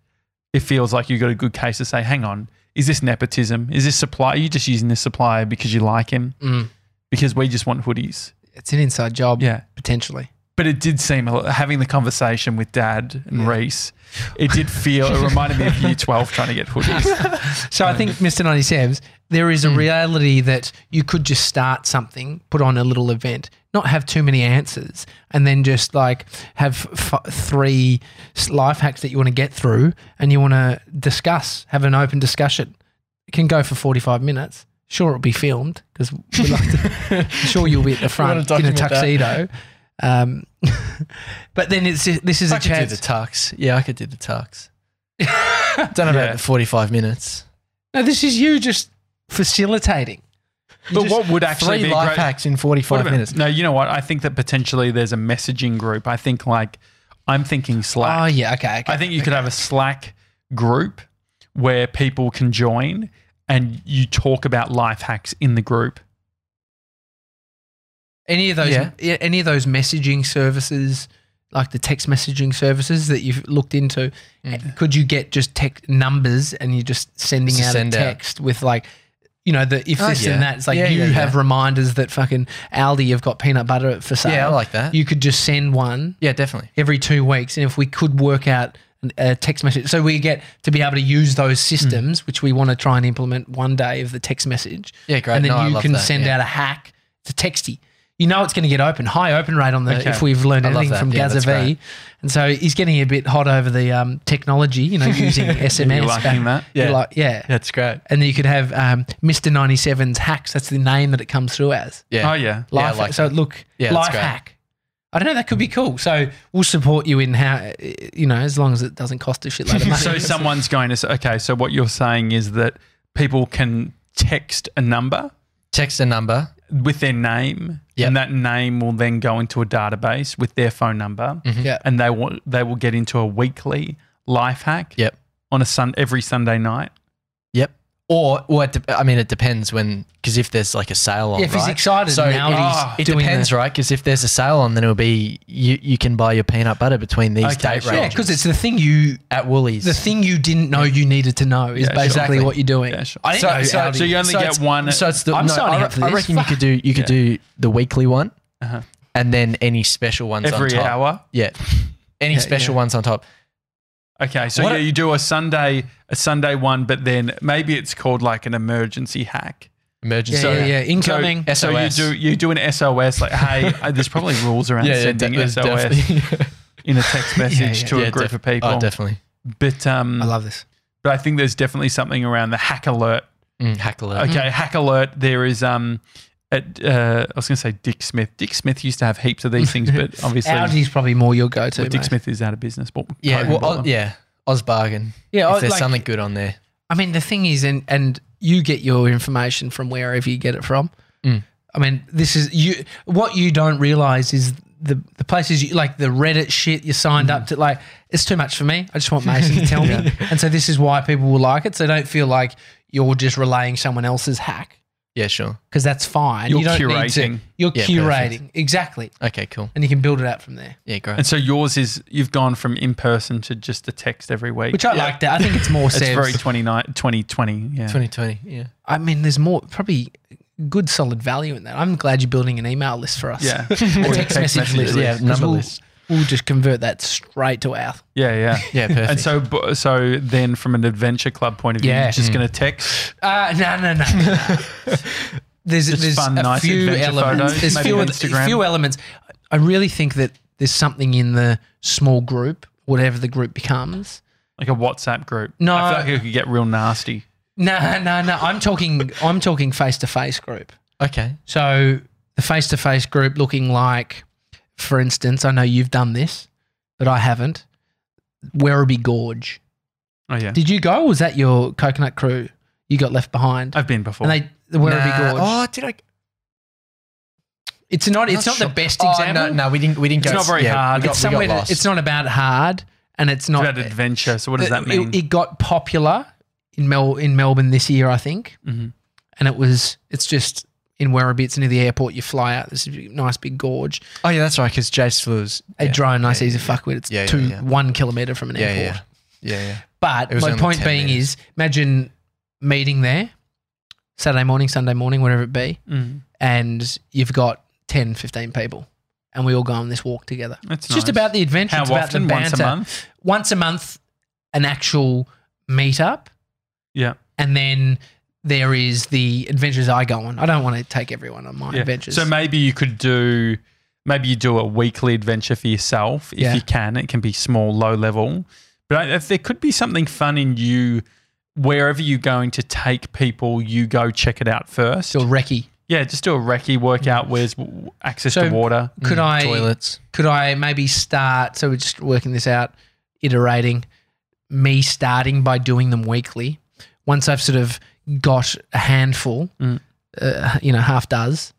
[SPEAKER 1] it feels like you've got a good case to say, hang on, is this nepotism? Is this supply? Are you just using this supplier because you like him?
[SPEAKER 2] Mm.
[SPEAKER 1] Because we just want hoodies.
[SPEAKER 2] It's an inside job,
[SPEAKER 1] Yeah.
[SPEAKER 2] potentially.
[SPEAKER 1] But it did seem a lot, having the conversation with Dad and
[SPEAKER 2] Yeah.
[SPEAKER 1] Reese, it did feel it reminded me of Year Twelve trying to get hoodies.
[SPEAKER 2] So I think, Mr. 97s, there is a
[SPEAKER 3] Hmm.
[SPEAKER 2] reality that you could just start something, put on a little event, not have too many answers, and then just like have f- three s- life hacks that you want to get through and you want to discuss, have an open discussion. It can go for 45 minutes. Sure, it'll be filmed because we like to. I'm sure you'll be at the front
[SPEAKER 3] wanna
[SPEAKER 2] in a
[SPEAKER 3] document that.
[SPEAKER 2] tuxedo. Um, but then it's this is a
[SPEAKER 3] I could do
[SPEAKER 2] chance.
[SPEAKER 3] the tux. Yeah, I could do the tux. Don't know
[SPEAKER 1] Yeah.
[SPEAKER 3] about the 45 minutes.
[SPEAKER 2] no, this is you just facilitating.
[SPEAKER 1] but what would actually
[SPEAKER 3] Three
[SPEAKER 1] be a
[SPEAKER 3] life
[SPEAKER 1] great?
[SPEAKER 3] hacks in
[SPEAKER 1] Wait a
[SPEAKER 3] 45
[SPEAKER 1] minute.
[SPEAKER 3] minutes.
[SPEAKER 1] No, you know what? I think that potentially there's a messaging group. I think like I'm thinking Slack.
[SPEAKER 2] Oh yeah, okay. okay.
[SPEAKER 1] I think you could have a Slack group where people can join and you talk about life hacks in the group.
[SPEAKER 2] Any of those,
[SPEAKER 3] Yeah.
[SPEAKER 2] yeah, any of those messaging services, like the text messaging services that you've looked into, could you get just tech numbers and you're just sending
[SPEAKER 3] Just
[SPEAKER 2] out
[SPEAKER 3] send
[SPEAKER 2] a
[SPEAKER 3] out.
[SPEAKER 2] text with like, you know, the if
[SPEAKER 3] Oh,
[SPEAKER 2] this
[SPEAKER 3] yeah.
[SPEAKER 2] and that. It's like
[SPEAKER 3] Yeah,
[SPEAKER 2] you
[SPEAKER 3] yeah,
[SPEAKER 2] have
[SPEAKER 3] yeah.
[SPEAKER 2] reminders that fucking Aldi have got peanut butter for sale.
[SPEAKER 3] Yeah, I like that.
[SPEAKER 2] You could just send one
[SPEAKER 3] yeah, definitely.
[SPEAKER 2] every two weeks, and if we could work out an- a text message, so we get to be able to use those
[SPEAKER 3] Hmm.
[SPEAKER 2] systems, which we want to try and implement one day of the text message.
[SPEAKER 3] Yeah, great.
[SPEAKER 2] And then
[SPEAKER 3] No, I
[SPEAKER 2] you
[SPEAKER 3] love
[SPEAKER 2] can
[SPEAKER 3] that.
[SPEAKER 2] send
[SPEAKER 3] Yeah.
[SPEAKER 2] out a hack to texty. You know it's going to get open, high open rate on the
[SPEAKER 1] Okay.
[SPEAKER 2] if we've learned
[SPEAKER 3] I love
[SPEAKER 2] anything
[SPEAKER 3] that.
[SPEAKER 2] from
[SPEAKER 3] Yeah,
[SPEAKER 2] Gaza
[SPEAKER 3] that's
[SPEAKER 2] V.
[SPEAKER 3] great.
[SPEAKER 2] And so he's getting a bit hot over the um, technology, you know, using SMS.
[SPEAKER 1] You liking that?
[SPEAKER 2] You're
[SPEAKER 3] Yeah.
[SPEAKER 2] like, yeah.
[SPEAKER 3] That's great.
[SPEAKER 2] And then you could have um, Mr. 97's hacks. That's the name that it comes through as.
[SPEAKER 3] Yeah.
[SPEAKER 1] Oh yeah.
[SPEAKER 3] Yeah, I
[SPEAKER 2] Life,
[SPEAKER 3] like
[SPEAKER 2] so look,
[SPEAKER 3] Yeah, that's
[SPEAKER 2] life
[SPEAKER 3] great.
[SPEAKER 2] hack. I don't know. That could be cool. So we'll support you in how you know, as long as it doesn't cost a shitload of money.
[SPEAKER 1] So someone's going to say, okay. So what you're saying is that people can text a number
[SPEAKER 3] Text a number.
[SPEAKER 1] with their name,
[SPEAKER 3] Yep.
[SPEAKER 1] and that name will then go into a database with their phone number,
[SPEAKER 3] Mm-hmm.
[SPEAKER 2] Yeah.
[SPEAKER 1] and they will they will get into a weekly life hack
[SPEAKER 3] Yep.
[SPEAKER 1] on a sun every Sunday night
[SPEAKER 3] Yep. Or, well, it de- I mean, it depends when, because if there's like a sale on,
[SPEAKER 2] If he's
[SPEAKER 3] right?
[SPEAKER 2] excited
[SPEAKER 3] so
[SPEAKER 2] now
[SPEAKER 3] it,
[SPEAKER 2] that he's
[SPEAKER 3] it
[SPEAKER 2] doing
[SPEAKER 3] depends,
[SPEAKER 2] that.
[SPEAKER 3] right? Because if there's a sale on, then it'll be you. You can buy your peanut butter between these
[SPEAKER 1] Okay,
[SPEAKER 3] date
[SPEAKER 1] sure.
[SPEAKER 2] Yeah,
[SPEAKER 3] ranges
[SPEAKER 2] because it's the thing you
[SPEAKER 3] at Woolies.
[SPEAKER 2] the thing you didn't know you needed to know is
[SPEAKER 1] Yeah, sure.
[SPEAKER 2] basically
[SPEAKER 3] Exactly.
[SPEAKER 2] what you're doing.
[SPEAKER 1] Yeah, sure.
[SPEAKER 2] I didn't
[SPEAKER 3] So-
[SPEAKER 2] know
[SPEAKER 3] so-
[SPEAKER 2] Audi.
[SPEAKER 1] so you only
[SPEAKER 3] So
[SPEAKER 1] get
[SPEAKER 3] it's-
[SPEAKER 1] one.
[SPEAKER 3] So it's the.
[SPEAKER 2] I'm
[SPEAKER 3] no,
[SPEAKER 2] signing
[SPEAKER 3] I, re-
[SPEAKER 2] up for
[SPEAKER 3] I
[SPEAKER 2] this.
[SPEAKER 3] reckon you could do you could do the weekly one,
[SPEAKER 1] Uh-huh.
[SPEAKER 3] and then any special ones on
[SPEAKER 1] every
[SPEAKER 3] top.
[SPEAKER 1] hour.
[SPEAKER 3] Yeah, any
[SPEAKER 1] Yeah,
[SPEAKER 3] special
[SPEAKER 1] yeah.
[SPEAKER 3] ones on top.
[SPEAKER 1] Okay, so
[SPEAKER 3] What
[SPEAKER 1] yeah,
[SPEAKER 3] a-
[SPEAKER 1] you do a Sunday a Sunday one, but then maybe it's called like an emergency hack.
[SPEAKER 3] Emergency.
[SPEAKER 2] yeah,
[SPEAKER 1] so-
[SPEAKER 2] yeah, yeah.
[SPEAKER 1] So-
[SPEAKER 2] Incoming.
[SPEAKER 1] So, you
[SPEAKER 3] SOS.
[SPEAKER 1] do you do an SOS like, hey, uh, there's probably rules around sending
[SPEAKER 3] de-
[SPEAKER 1] SOS
[SPEAKER 3] definitely.
[SPEAKER 1] in a text message
[SPEAKER 2] yeah.
[SPEAKER 1] to
[SPEAKER 3] Yeah,
[SPEAKER 1] a group
[SPEAKER 3] def-
[SPEAKER 1] of people.
[SPEAKER 3] Oh, definitely.
[SPEAKER 1] but um,
[SPEAKER 2] I love this.
[SPEAKER 1] but I think there's definitely something around the hack alert.
[SPEAKER 3] Mm, hack alert.
[SPEAKER 1] Okay, hack alert. There is um, at, uh, I was going to say Dick Smith. Dick Smith used to have heaps of these things, but obviously
[SPEAKER 2] Audi's probably more your go-to.
[SPEAKER 1] well, Dick
[SPEAKER 2] mate.
[SPEAKER 1] Smith is out of business. But
[SPEAKER 3] Yeah,
[SPEAKER 1] Cohen
[SPEAKER 3] well,
[SPEAKER 1] bought
[SPEAKER 3] Oz,
[SPEAKER 1] them.
[SPEAKER 3] yeah. Oz bargain.
[SPEAKER 2] Yeah, I-
[SPEAKER 3] if there's
[SPEAKER 2] like-
[SPEAKER 3] something good on there.
[SPEAKER 2] I mean, the thing is, and and you get your information from wherever you get it from.
[SPEAKER 3] Mm.
[SPEAKER 2] I mean, this is you. What you don't realize is the the places you like the Reddit shit you signed
[SPEAKER 1] Mm.
[SPEAKER 2] up to. Like, it's too much for me. I just want Mason to tell me, and so this is why people will like it. So don't feel like you're just relaying someone else's hack
[SPEAKER 3] Yeah, sure.
[SPEAKER 2] because that's fine.
[SPEAKER 1] You're
[SPEAKER 2] you don't Need
[SPEAKER 1] curating.
[SPEAKER 2] to, you're
[SPEAKER 3] Yeah,
[SPEAKER 2] curating exactly,
[SPEAKER 3] Okay, cool.
[SPEAKER 2] and you can build it out from there.
[SPEAKER 3] Yeah, great.
[SPEAKER 1] And so yours is you've gone from in person to just a text every week,
[SPEAKER 2] Which I like that. I think it's more.
[SPEAKER 1] It's
[SPEAKER 2] Seb's.
[SPEAKER 1] very 29 2020. Yeah.
[SPEAKER 3] 2020. Yeah.
[SPEAKER 2] I mean, there's more probably good solid value in that. I'm glad you're building an email list for us.
[SPEAKER 1] Yeah.
[SPEAKER 2] a
[SPEAKER 1] Or
[SPEAKER 2] text, message list.
[SPEAKER 3] list. Yeah,
[SPEAKER 2] 'Cause
[SPEAKER 3] number
[SPEAKER 2] we'll,
[SPEAKER 3] list.
[SPEAKER 2] We'll just convert that straight to our.
[SPEAKER 1] Yeah, yeah.
[SPEAKER 3] Yeah, perfect.
[SPEAKER 1] And so, bu- so then, from an adventure club point of view,
[SPEAKER 2] Yeah. Mm.
[SPEAKER 1] you're just going to text.
[SPEAKER 2] Uh, no, no, no. no. there's
[SPEAKER 1] Just
[SPEAKER 2] there's
[SPEAKER 1] fun,
[SPEAKER 2] a
[SPEAKER 1] nice
[SPEAKER 2] few
[SPEAKER 1] adventure
[SPEAKER 2] elements.
[SPEAKER 1] photos,
[SPEAKER 2] there's
[SPEAKER 1] maybe
[SPEAKER 2] few,
[SPEAKER 1] on Instagram.
[SPEAKER 2] few elements. I really think that there's something in the small group, whatever the group becomes.
[SPEAKER 1] Like a WhatsApp group.
[SPEAKER 2] No.
[SPEAKER 1] I feel like it could get real nasty.
[SPEAKER 2] No, no, no. I'm talking. I'm talking face to face group.
[SPEAKER 3] Okay.
[SPEAKER 2] So the face to face group looking like, for instance, I know you've done this, but I haven't. Werribee Gorge.
[SPEAKER 1] Oh yeah,
[SPEAKER 2] Did you go? Or was that your coconut crew? You got left behind,
[SPEAKER 1] I've been before.
[SPEAKER 2] and they the Werribee
[SPEAKER 3] Nah.
[SPEAKER 2] Gorge.
[SPEAKER 3] Oh, did I?
[SPEAKER 2] it's not. It's
[SPEAKER 3] not
[SPEAKER 2] not,
[SPEAKER 3] sure.
[SPEAKER 2] the best
[SPEAKER 3] Oh,
[SPEAKER 2] example.
[SPEAKER 3] No, no, we didn't. We didn't
[SPEAKER 1] It's
[SPEAKER 3] go.
[SPEAKER 1] not very hard.
[SPEAKER 3] We got,
[SPEAKER 2] it's
[SPEAKER 3] we got
[SPEAKER 2] somewhere.
[SPEAKER 3] lost.
[SPEAKER 2] It's not about hard, and it's
[SPEAKER 1] it's
[SPEAKER 2] not.
[SPEAKER 1] about adventure. So what does that
[SPEAKER 2] it-
[SPEAKER 1] mean?
[SPEAKER 2] It, got popular in Mel in Melbourne this year, I think,
[SPEAKER 1] Mhm.
[SPEAKER 2] and it was. It's just in Werribee. It's near the airport. You fly out. This nice big gorge.
[SPEAKER 3] Oh yeah, that's right. Because Jace Flew's.
[SPEAKER 2] A
[SPEAKER 3] Yeah.
[SPEAKER 2] drone, nice, easy fuckwit. It's
[SPEAKER 3] Yeah, yeah,
[SPEAKER 2] two
[SPEAKER 3] yeah.
[SPEAKER 2] one kilometer from an
[SPEAKER 3] Yeah,
[SPEAKER 2] airport.
[SPEAKER 3] yeah, yeah, yeah. It
[SPEAKER 2] But
[SPEAKER 3] was
[SPEAKER 2] my
[SPEAKER 3] only
[SPEAKER 2] point
[SPEAKER 3] 10
[SPEAKER 2] being
[SPEAKER 3] minutes.
[SPEAKER 2] is, imagine meeting there Saturday morning, Sunday morning, whatever it be,
[SPEAKER 1] Mhm.
[SPEAKER 2] and you've got 10, 15 people, and we all go on this walk together.
[SPEAKER 1] That's
[SPEAKER 2] it's just
[SPEAKER 1] nice.
[SPEAKER 2] about the adventure.
[SPEAKER 1] How
[SPEAKER 2] it's about the
[SPEAKER 1] often? Once a
[SPEAKER 2] banter.
[SPEAKER 1] month.
[SPEAKER 2] Once a month, an actual meetup,
[SPEAKER 1] Yeah.
[SPEAKER 2] and then there is the adventures I go on. I don't want to take everyone on my
[SPEAKER 1] yeah.
[SPEAKER 2] adventures.
[SPEAKER 1] So maybe you could do. Maybe you do a weekly adventure for yourself if
[SPEAKER 2] Yeah.
[SPEAKER 1] you can. It can be small, low level, but I, if there could be something fun in you wherever you're going to take people. You go check it out first.
[SPEAKER 2] so recce.
[SPEAKER 1] Yeah, just do a recce workout. Where's w- access to
[SPEAKER 2] So-
[SPEAKER 1] water?
[SPEAKER 2] Could I
[SPEAKER 3] Toilets.
[SPEAKER 2] could I maybe start? So we're just working this out, iterating. Me starting by doing them weekly. Once I've sort of got a handful,
[SPEAKER 1] Mm.
[SPEAKER 2] uh, you know, half does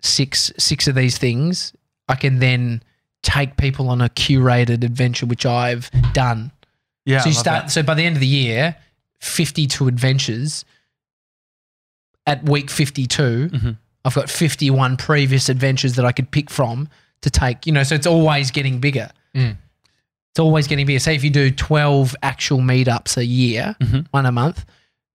[SPEAKER 2] six six of these things, I can then take people on a curated adventure, which I've done.
[SPEAKER 1] Yeah.
[SPEAKER 2] so
[SPEAKER 1] I
[SPEAKER 2] you
[SPEAKER 1] love
[SPEAKER 2] start.
[SPEAKER 1] that.
[SPEAKER 2] So by the end of the year, fifty-two adventures. At week 52
[SPEAKER 1] Mhm.
[SPEAKER 2] I've got fifty-one previous adventures that I could pick from to take. You know, so it's always getting bigger.
[SPEAKER 3] Mm.
[SPEAKER 2] It's always getting bigger. Say if you do twelve actual meetups a year,
[SPEAKER 1] Mhm.
[SPEAKER 2] one a month,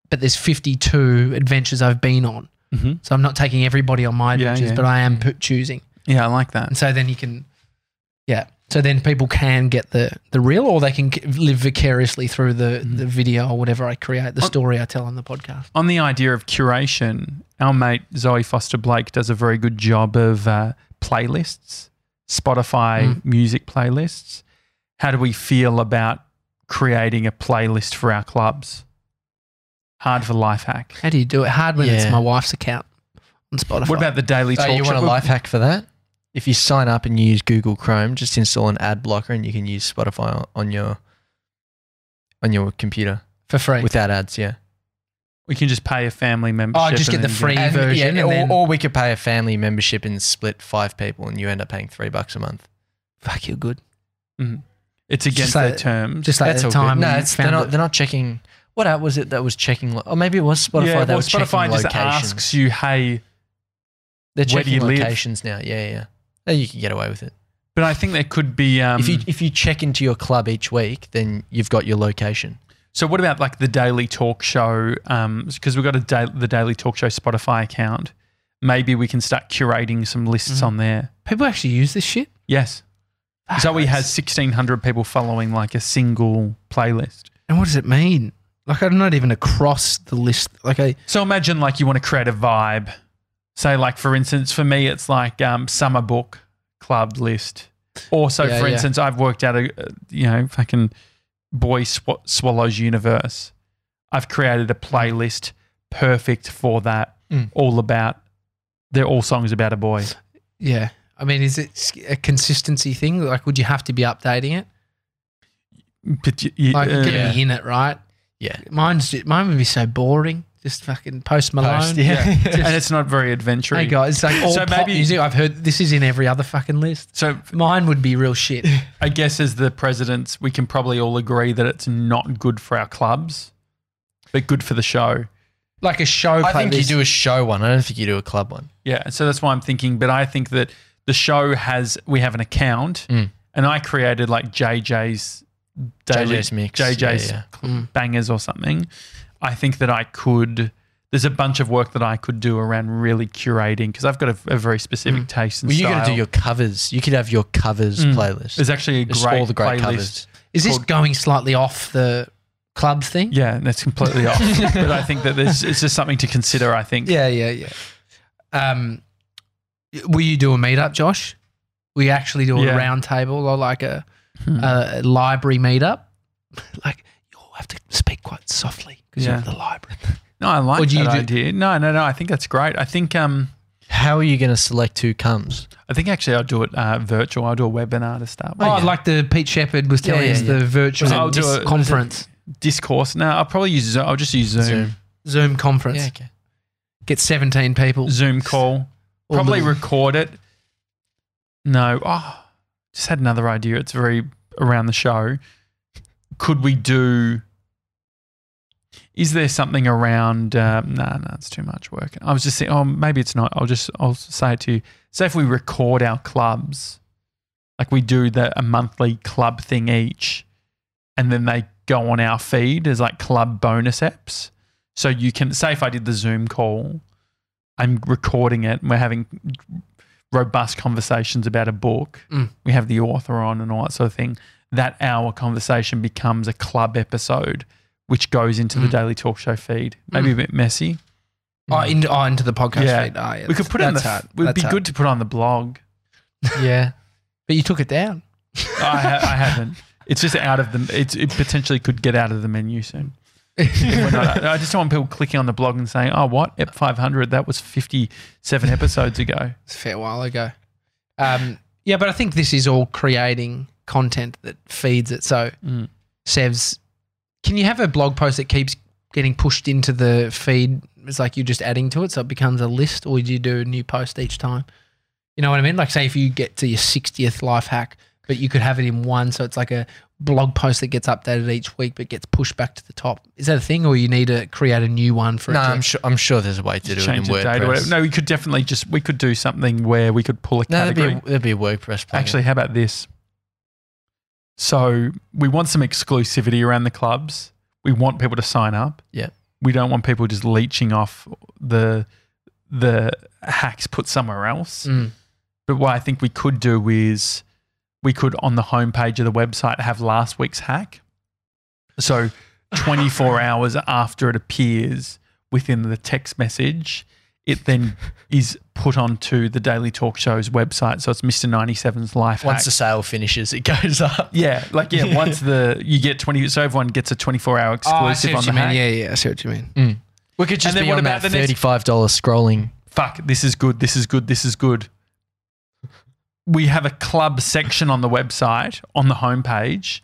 [SPEAKER 2] but there's fifty-two adventures I've been on.
[SPEAKER 1] Mhm.
[SPEAKER 2] So I'm not taking everybody on my
[SPEAKER 1] Yeah,
[SPEAKER 2] adventures,
[SPEAKER 1] yeah.
[SPEAKER 2] but I am p- choosing.
[SPEAKER 1] Yeah, I like that.
[SPEAKER 2] And so then you can, yeah. So then people can get the the real, or they can c- live vicariously through the
[SPEAKER 1] Mm.
[SPEAKER 2] the video or whatever I create, the story I tell on the podcast.
[SPEAKER 1] on the idea of curation, our mate Zoe Foster Blake does a very good job of uh, playlists, Spotify
[SPEAKER 3] Hmm.
[SPEAKER 1] music playlists. How do we feel about creating a playlist for our clubs? Hard for life hack.
[SPEAKER 2] How do you do it? Hard when it's
[SPEAKER 3] Yeah.
[SPEAKER 2] my wife's account on Spotify.
[SPEAKER 1] What about the daily
[SPEAKER 3] Oh,
[SPEAKER 1] talk?
[SPEAKER 3] you want a
[SPEAKER 1] show?
[SPEAKER 3] life hack for that? If you sign up and use Google Chrome, just install an ad blocker and you can use Spotify on- on your on your computer
[SPEAKER 2] for free?
[SPEAKER 3] without ads. Yeah.
[SPEAKER 1] We can just pay a
[SPEAKER 3] Oh,
[SPEAKER 1] family membership.
[SPEAKER 2] just get
[SPEAKER 1] and
[SPEAKER 2] the
[SPEAKER 1] then
[SPEAKER 2] free-
[SPEAKER 3] E And-
[SPEAKER 2] version and
[SPEAKER 3] or,
[SPEAKER 2] then-
[SPEAKER 3] or we could pay a family membership and split five people, and you end up paying three bucks a month.
[SPEAKER 2] Fuck, you're good.
[SPEAKER 1] It's against
[SPEAKER 2] Just like-
[SPEAKER 1] their terms.
[SPEAKER 2] Just like
[SPEAKER 3] That's
[SPEAKER 2] the
[SPEAKER 3] all good.
[SPEAKER 2] time.
[SPEAKER 3] No,
[SPEAKER 2] you
[SPEAKER 3] it's, they're
[SPEAKER 2] found
[SPEAKER 3] not.
[SPEAKER 2] it.
[SPEAKER 3] They're not checking. what app was it that was checking? Lo- or maybe it was Spotify
[SPEAKER 1] yeah,
[SPEAKER 3] that
[SPEAKER 1] well,
[SPEAKER 3] was
[SPEAKER 1] Spotify
[SPEAKER 3] checking
[SPEAKER 1] just
[SPEAKER 3] locations.
[SPEAKER 1] asks you, hey,
[SPEAKER 3] They're
[SPEAKER 1] where do
[SPEAKER 3] checking
[SPEAKER 1] you live?
[SPEAKER 3] locations now. Yeah, yeah. Oh, you can get away with it.
[SPEAKER 1] but I think there could be. Um,
[SPEAKER 3] if you if you check into your club each week, then you've got your location.
[SPEAKER 1] So what about like the Daily Talk Show? Because we've got a da- the Daily Talk Show Spotify account. Maybe we can start curating some lists on there.
[SPEAKER 2] People actually use this shit.
[SPEAKER 1] Yes. Zoe
[SPEAKER 2] Ah, That's-
[SPEAKER 1] has 1,600 people following like a single playlist.
[SPEAKER 2] And what does it mean? Like I'm not even across the list. Like I
[SPEAKER 1] So imagine like you want to create a vibe. Say like for instance, for me it's like um, summer book club list. Also,
[SPEAKER 3] Yeah,
[SPEAKER 1] for
[SPEAKER 3] yeah.
[SPEAKER 1] instance, I've worked out a uh, you know fucking boy sw- swallows universe. I've created a playlist perfect for that.
[SPEAKER 3] Mm.
[SPEAKER 1] All about they're all songs about a boy.
[SPEAKER 2] yeah. I mean, is it s- a consistency thing? Like, would you have to be updating it?
[SPEAKER 1] But you, you,
[SPEAKER 2] Like,
[SPEAKER 1] uh,
[SPEAKER 2] give
[SPEAKER 3] Yeah.
[SPEAKER 2] me in it, right?
[SPEAKER 3] Yeah.
[SPEAKER 2] Mine's ju- mine would be so boring. Just fucking post Malone.
[SPEAKER 1] post, yeah.
[SPEAKER 2] Just-
[SPEAKER 1] and it's not very adventurous.
[SPEAKER 2] hey guys, it's like all
[SPEAKER 1] So
[SPEAKER 2] pop
[SPEAKER 1] maybe-
[SPEAKER 2] music. I've heard this is in every other fucking list.
[SPEAKER 1] So
[SPEAKER 2] Mine would be real shit.
[SPEAKER 1] I guess as the presidents, we can probably all agree that it's not good for our clubs, but good for the show.
[SPEAKER 2] like a show.
[SPEAKER 3] I think you
[SPEAKER 2] playlist.
[SPEAKER 3] do a show one. I don't think you do a club one.
[SPEAKER 1] Yeah, so that's why I'm thinking. But I think that the show has we have an account,
[SPEAKER 3] Mm.
[SPEAKER 1] and I created like JJ's daily,
[SPEAKER 3] JJ's mix.
[SPEAKER 1] JJ's
[SPEAKER 3] Yeah, Mm.
[SPEAKER 1] bangers or something. I think that I could. There's a bunch of work that I could do around really curating because I've got a, a very specific taste and
[SPEAKER 3] Mm. Well, you got
[SPEAKER 1] style.
[SPEAKER 3] to do your covers. You could have your covers
[SPEAKER 1] Mm.
[SPEAKER 3] playlist.
[SPEAKER 1] There's actually a
[SPEAKER 3] It's
[SPEAKER 1] great
[SPEAKER 3] all the great
[SPEAKER 1] playlist.
[SPEAKER 3] covers.
[SPEAKER 2] Is this
[SPEAKER 1] called-
[SPEAKER 2] going slightly off the club thing?
[SPEAKER 1] Yeah, and that's completely off. But I think that there's it's just something to consider. I think.
[SPEAKER 2] Yeah, yeah, yeah. Um, will you do a meetup, Josh? Will you actually do a
[SPEAKER 1] Yeah.
[SPEAKER 2] round table or like a, a library meetup? like you all have to speak quite softly because
[SPEAKER 1] Yeah.
[SPEAKER 2] you're at the library.
[SPEAKER 1] No, I like
[SPEAKER 2] Or do you
[SPEAKER 1] that
[SPEAKER 2] do-
[SPEAKER 1] idea. No, no, no. I think that's great. I think um,
[SPEAKER 3] How are you going to select who comes?
[SPEAKER 1] I think actually I'll do it uh, virtual. I'll do a webinar to start.
[SPEAKER 2] Oh,
[SPEAKER 1] with.
[SPEAKER 2] like the Pete Shepherd was telling
[SPEAKER 3] yeah,
[SPEAKER 2] us
[SPEAKER 3] yeah.
[SPEAKER 2] the virtual
[SPEAKER 1] I'll do
[SPEAKER 2] dis-
[SPEAKER 1] a-
[SPEAKER 2] conference,
[SPEAKER 1] discourse. No, I'll probably use. Zoom. I'll just use Zoom. Zoom,
[SPEAKER 2] Zoom conference.
[SPEAKER 3] Yeah, okay.
[SPEAKER 2] Get seventeen people.
[SPEAKER 1] call.
[SPEAKER 2] Or
[SPEAKER 1] probably
[SPEAKER 2] the-
[SPEAKER 1] record it. No. Oh, just had another idea. It's very around the show. Could we do? Is there something around? Um, no, no, it's too much work. I was just saying. Oh, maybe it's not. I'll just. I'll say it to you. Say if we record our clubs, like we do the a monthly club thing each, and then they go on our feed as like club bonus apps. So you can say if I did the Zoom call, I'm recording it and we're having robust conversations about a book.
[SPEAKER 2] Mm.
[SPEAKER 1] We have the author on and all that sort of thing. That hour conversation becomes a club episode, which goes into the
[SPEAKER 2] Mm.
[SPEAKER 1] Daily Talk Show feed. Maybe a bit messy.
[SPEAKER 2] Oh, into, oh, into the podcast
[SPEAKER 1] Mm. Yeah.
[SPEAKER 2] feed. Oh, yeah,
[SPEAKER 1] we could put it on the.
[SPEAKER 2] that's
[SPEAKER 1] Hard.
[SPEAKER 2] hard.
[SPEAKER 1] It would
[SPEAKER 2] That's
[SPEAKER 1] be
[SPEAKER 2] hard.
[SPEAKER 1] good to put on the blog.
[SPEAKER 3] yeah.
[SPEAKER 2] But you took it down.
[SPEAKER 1] I, ha- I haven't. It's just out of the. It's, it potentially could get out of the menu soon. If we're not- I just don't want people clicking on the blog and saying, "Oh, what Ep 500? That was 57 episodes ago."
[SPEAKER 2] It's a fair while ago. Um, yeah, but I think this is all creating content that feeds it. So,
[SPEAKER 1] Mm.
[SPEAKER 2] Sev's, can you have a blog post that keeps getting pushed into the feed? It's like you're just adding to it, so it becomes a list, or do you do a new post each time? You know what I mean? Like, say if you get to your 60th life hack, but you could have it in one, so it's like a blog post that gets updated each week, but gets pushed back to the top. Is that a thing, or you need to create a new one for?
[SPEAKER 3] No,
[SPEAKER 2] it to-
[SPEAKER 3] I'm sure. I'm sure there's a way to do it in
[SPEAKER 1] change the date or
[SPEAKER 3] WordPress.
[SPEAKER 1] whatever. No, we could definitely just we could do something where we could pull a
[SPEAKER 3] no, that'd be
[SPEAKER 1] category.
[SPEAKER 3] a, that'd be a WordPress. Plugin.
[SPEAKER 1] Actually, how about this? So we want some exclusivity around the clubs. We want people to sign up.
[SPEAKER 3] Yeah.
[SPEAKER 1] We don't want people just leeching off the the hacks put somewhere else.
[SPEAKER 2] Mm.
[SPEAKER 1] But what I think we could do is we could on the homepage of the website have last week's hack. So 24 hours after it appears within the text message, it then is put onto the Daily Talk Show's website. So it's Mr. 97's life
[SPEAKER 3] once
[SPEAKER 1] hack.
[SPEAKER 3] the sale finishes, it goes up.
[SPEAKER 1] yeah, like yeah, once the you get 20 so everyone gets a 24-hour
[SPEAKER 2] Oh, I
[SPEAKER 1] exclusive
[SPEAKER 2] see
[SPEAKER 1] on
[SPEAKER 2] what
[SPEAKER 1] the
[SPEAKER 2] you mean.
[SPEAKER 1] hack.
[SPEAKER 2] Yeah, yeah, I see what you mean.
[SPEAKER 3] We could just
[SPEAKER 1] And then
[SPEAKER 3] be
[SPEAKER 1] what
[SPEAKER 3] on
[SPEAKER 1] about
[SPEAKER 3] that
[SPEAKER 1] the next-
[SPEAKER 3] thirty-five dollar scrolling.
[SPEAKER 1] fuck, this is good, this is good, this is good. We have a club section on the website, on the homepage,